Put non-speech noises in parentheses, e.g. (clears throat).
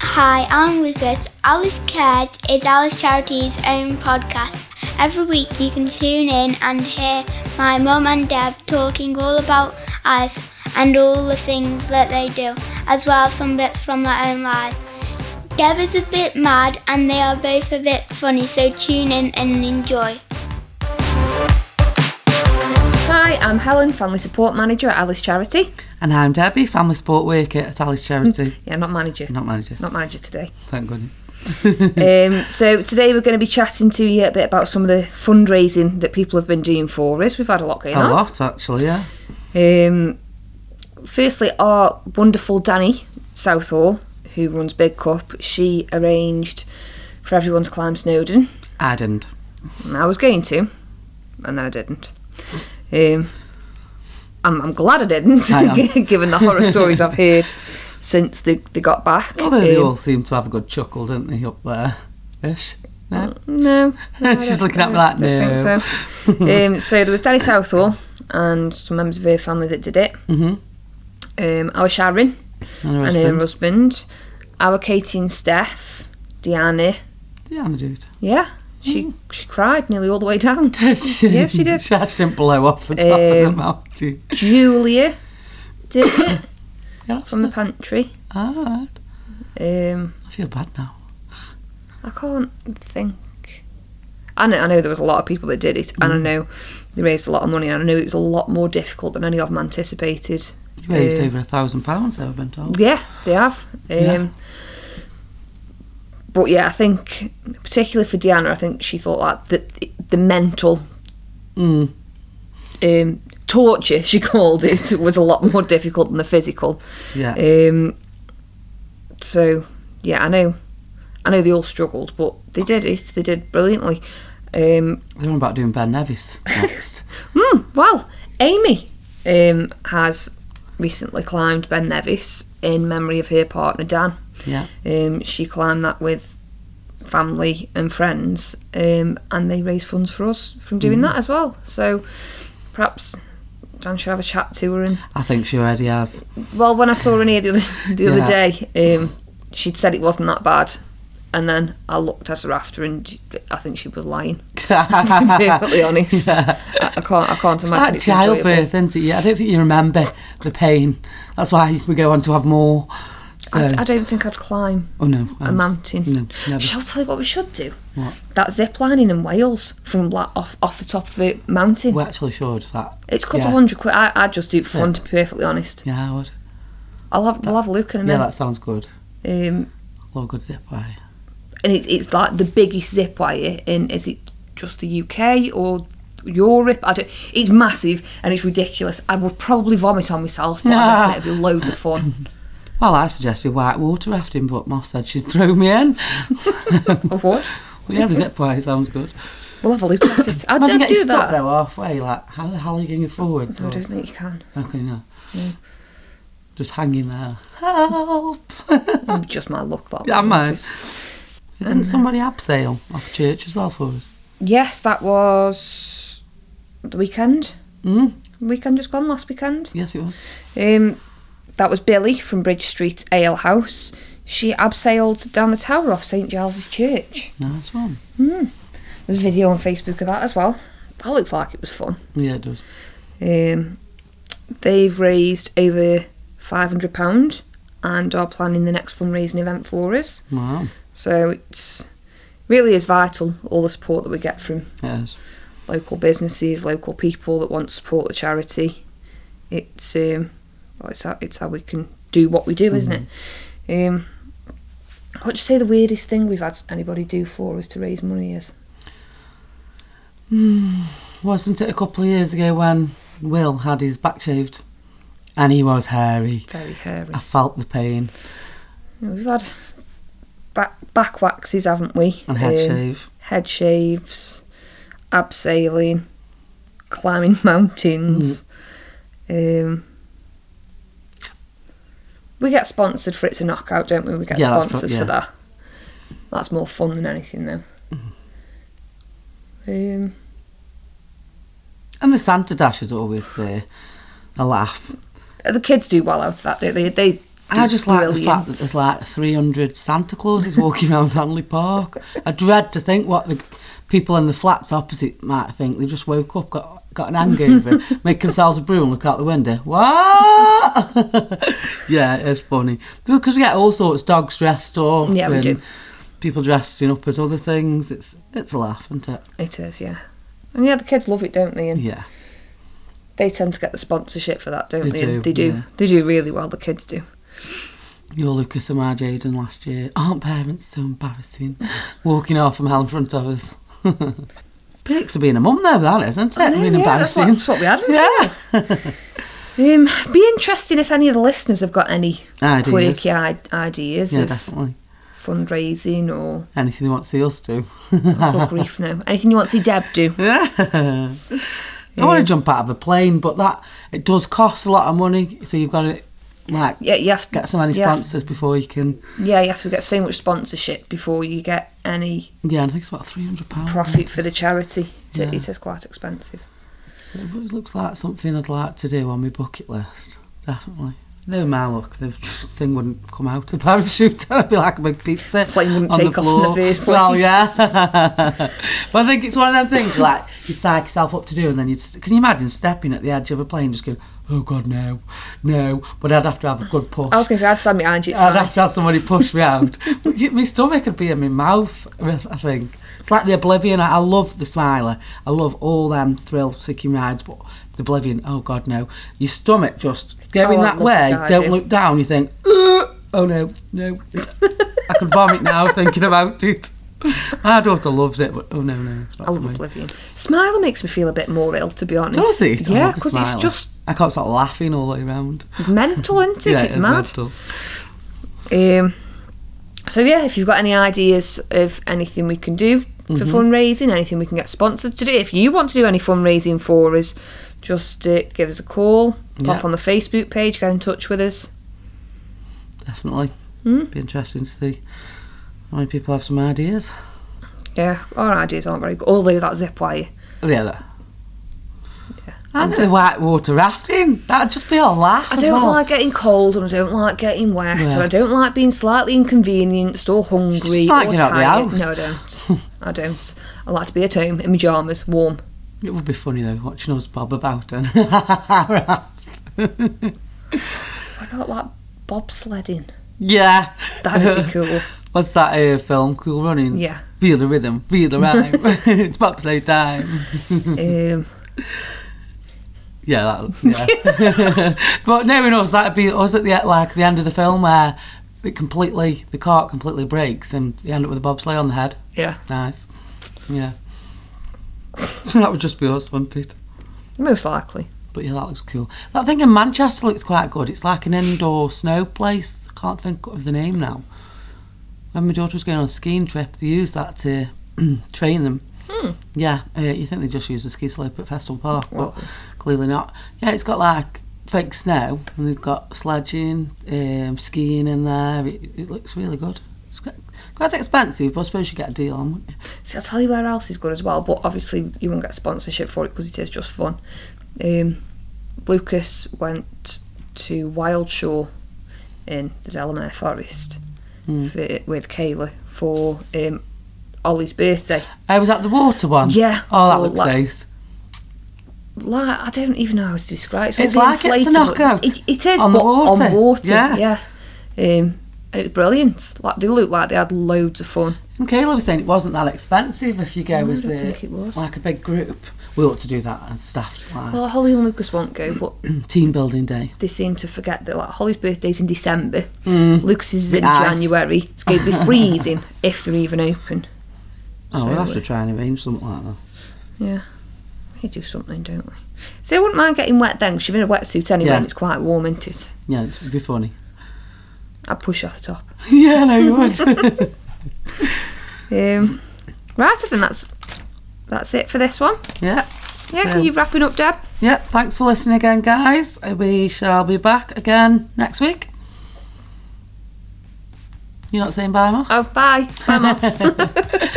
Hi, I'm Lucas. Alice Cared is Alice Charity's own podcast. Every week you can tune in and hear my mum and Deb talking all about Alice and all the things that they do, as well as some bits from their own lives. Deb is a bit mad and they are both a bit funny, so tune in and enjoy. Hi, I'm Helen, Family Support Manager at Alice Charity. And I'm Debbie, family support worker at Alice (laughs) Charity. Yeah, not manager. Not manager, Not manager today. (laughs) thank goodness. um, so today we're going to be chatting to you a bit about some of the fundraising that people have been doing for us. We've had a lot going A on. lot, actually, yeah. Um, firstly, our wonderful Danny Southall, who runs Big Cup, she arranged for everyone to climb Snowdon. I didn't. And I was going to, and then I didn't. Um, I'm, I'm glad I didn't, (laughs) I am. given the horror stories I've heard since they, they got back. Although they Um, all seem to have a good chuckle, don't they, up there? Ish. No? Um, No. no, I (laughs) She's don't- looking at me I like, don't no. think (laughs) so. um, so there was Danny Southall and some members of her family that did it. Mhm. Um, our Sharon And her and her husband. husband. Our Katie and Steph. Deanna. Yeah, I'm a dude. Yeah. She Oh. she cried nearly all the way down. Did (laughs) she? Yeah, she did. (laughs) She actually didn't blow off the top of the Um, mountain. Julia did it Yeah, from the pantry. Alright. Um, I feel bad now. I can't think. I know, I know there was a lot of people that did it, Mm. and I know they raised a lot of money, and I know it was a lot more difficult than any of them anticipated. You raised Um, over a thousand pounds, I've been told. Yeah, they have. Um, Yeah. But yeah, I think, particularly for Deanna, I think she thought like the, the mental Mm. um, torture, she (laughs) called it, was a lot more difficult than the physical. Yeah. Um, so yeah, I know, I know they all struggled, but they did it. They did brilliantly. Um, They're on about doing Ben Nevis (laughs) next. hmm, well, Amy um, has recently climbed Ben Nevis in memory of her partner Dan. yeah. Um, she climbed that with family and friends, um, and they raised funds for us from doing that as well. So perhaps. Dan should have a chat to her and I think she (laughs) already has. (laughs) Well, when I saw Renee the other (laughs) the other Yeah. day, um, she'd said it wasn't that bad, and then I looked at her after, and she- I think she was lying. (laughs) To be (laughs) perfectly honest, Yeah. I, I can't. I can't It's imagine like it's, enjoyable. childbirth, isn't it? Yeah, I don't think you remember the pain. That's why we go on to have more. So, I, I don't think I'd climb oh no, a um, mountain. no, never. Shall I tell you what we should do? What? That zip lining in Wales from like, off off the top of a mountain. we actually should that. it's a couple yeah. hundred quid. I, I'd just do it for fun, to be perfectly honest. Yeah, I would. I'll have, we'll have a look in a Yeah, minute. that sounds good. um, Well, good zip wire. and it's it's like the biggest zip wire in is it just the UK or Europe? I don't, it's massive and it's ridiculous. I would probably vomit on myself, but I reckon (laughs) it'd be loads of fun. Well, I suggested white water rafting, but Moss said she'd throw me in. (laughs) of what? Well, yeah, the zip wire sounds good. We'll have a look at it. I Imagine don't getting do stuck that. though halfway. Like, how the hell are you going forwards? I or- don't think you (laughs) can. How can you know? Just hanging there. Help! (laughs) I'm just my luck that. Yeah, one, mine. just- uh, Didn't somebody abseil off church as well for us? Yes, that was the weekend. Mm, Weekend just gone last weekend. yes, it was. Um, that was Billy from Bridge Street Ale House. She abseiled down the tower off St Giles's Church. Nice one. There's a video on Facebook of that as well. That looks like it was fun. Yeah, it does. Um, they've raised over £500 and are planning the next fundraising event for us. Wow. So it's really is vital all the support that we get from Yes. local businesses, local people that want to support the charity. It's um, well, it's how, it's how we can do what we do, isn't it? Um, what do you say the weirdest thing we've had anybody do for us to raise money is? Wasn't it a couple of years ago when Will had his back shaved and he was hairy? Very hairy. I felt the pain Yeah, We've had back back waxes, haven't we? and head Um, shave. Head shaves, abseiling, climbing (laughs) mountains. Mm. Um, we get sponsored for it's a knockout, don't we? We get Yeah, that's pro- sponsors yeah. for that. That's more fun than anything, though. Mm. Um, And the Santa Dash is always there. A laugh. uh, the kids do well out of that, don't they? They I just like the fact brilliant. that there's like 300 Santa Clauses walking (laughs) around Hanley Park. I dread to think what the people in the flats opposite might think. They just woke up, got got an hangover, (laughs) make themselves a brew and look out the window. What? (laughs) yeah, it's funny because we get all sorts dogs dressed up. Yeah, we and do. People dressing up as other things. It's it's a laugh, isn't it? It is, yeah. And yeah, the kids love it, don't they? And Yeah, they tend to get the sponsorship for that, don't They they? And do, they do. yeah. They do really well. The kids do. your Lucas and my Jaden last year. Aren't parents so embarrassing? Walking off from hell in front of us. (laughs) Predicts of being a mum though, that is, isn't it? Yeah, being Oh, yeah, that's what, embarrassing. that's what we had. wasn't it? yeah. Um, be interesting if any of the listeners have got any Ideas. quirky I- ideas Yeah, of definitely. fundraising (laughs) or Anything they want to see us do. (laughs) or grief. No, anything you want to see Deb do? yeah. I want to jump out of a plane, but that it does cost a lot of money, so you've got to like Yeah, you have to get so many you have- sponsors before you can. yeah, you have to get so much sponsorship before you get any Yeah, I think it's about three hundred pounds. profit for the charity. It's, Yeah. it is quite expensive. It looks like something I'd like to do on my bucket list. Definitely. No, my luck, the thing wouldn't come out of the parachute. (laughs) I'd be like a big pizza. Plane wouldn't on take off in floor. the first Well, place. yeah. (laughs) but I think it's one of them things like you psych yourself up to do, and then you'd. st- Can you imagine stepping at the edge of a plane, just going, "Oh God, no, no!" But I'd have to have a good push. I was going to say I'd stand behind you. It's I'd fine. have to have somebody push me out. But y- (laughs) my stomach would be in my mouth, I I think. It's like the Oblivion. I I love the Smiler. I love all them thrill seeking rides, but the Oblivion, oh God, no. Your stomach just going Oh, I that love way, this idea. don't look down, you think, "Ugh, oh no, (laughs) no. I could vomit now thinking about it. My daughter loves it, but oh no, no. It's not I for love me. Oblivion. Smiler makes me feel a bit more ill, to be honest. Does it? I Yeah, love the because it's Smiler. just I can't stop laughing all the way around. mental, isn't it? Yeah, it's it is mad. mental. Um, so yeah, if you've got any ideas of anything we can do for Mm-hmm. fundraising, anything we can get sponsored to do, if you want to do any fundraising for us, just uh, give us a call, Yeah. pop on the Facebook page, get in touch with us. Definitely. Hmm? Be interesting to see how many people have some ideas. Yeah, our ideas aren't very good. Although that zip wire, Yeah, that. And the white water rafting. That'd just be a laugh. I as don't well. like getting cold, and I don't like getting wet, and I Wet. don't like being slightly inconvenienced or hungry Just like or getting out the tired. house. No, I don't. I don't. I like to be at home in pajamas, warm. It would be funny though, watching us bob about and (laughs) raft. What about like bobsledding? yeah. (laughs) That'd be cool. What's that uh, film? Cool Runnings. Yeah. Feel the rhythm, feel the (laughs) rhyme. (laughs) it's bobsleigh time. Mm-hmm. Um, Yeah, that. Yeah. (laughs) but knowing us, that'd be us at the like the end of the film where it completely the cart completely breaks and you end up with a bobsleigh on the head. yeah. Nice. Yeah. (laughs) that would just be us, wouldn't it? Most likely. But yeah, that looks cool. That thing in Manchester looks quite good. It's like an indoor snow place. I can't think of the name now. When my daughter was going on a skiing trip, they used that to (clears throat) train them. Hmm. Yeah, uh, you think they just use the ski slope at Festival Park, but clearly not. Yeah, it's got like fake snow, and they've got sledging, um, skiing in there. It, it looks really good. It's quite, quite expensive, but I suppose you get a deal on, wouldn't you? See, I'll tell you where else is good as well, but obviously you won't get sponsorship for it because it is just fun. Um, Lucas went to Wildshaw in the Delamere Forest Hmm. for, with Kayla for um, Ollie's birthday. I Oh, was at the water one. Yeah. Oh, that Or looks like- nice. Like, I don't even know how to describe it. all It's the like it's a inflatable- knockout It, it is, on the but water. on water. Yeah. Yeah. Um, and it was brilliant. Like They looked like they had loads of fun. And Kayla was saying it wasn't that expensive if you go No, I as don't a, think it was. like a big group. We ought to do that and staffed like Well, Holly and Lucas won't go, but team building day. they seem to forget that like Holly's birthday's in December, Lucas's is in Nice. January. It's going to be freezing if they're even open. Oh, we'll have to Certainly. try and arrange something like that. Yeah, we do something, don't we? So I wouldn't mind getting wet then, because you're in a wetsuit anyway, Yeah. and it's quite warm, isn't it? Yeah, it would be (laughs) funny. I'd push off the top. yeah, no, you would. (laughs) Um, right, I think that's that's it for this one. yeah. Yeah, Yeah. are you wrapping up, Deb? Yeah, thanks for listening again, guys. Uh, We shall be back again next week. You're not saying bye, Mark? (laughs) Oh, bye. Bye, Oh, Moss.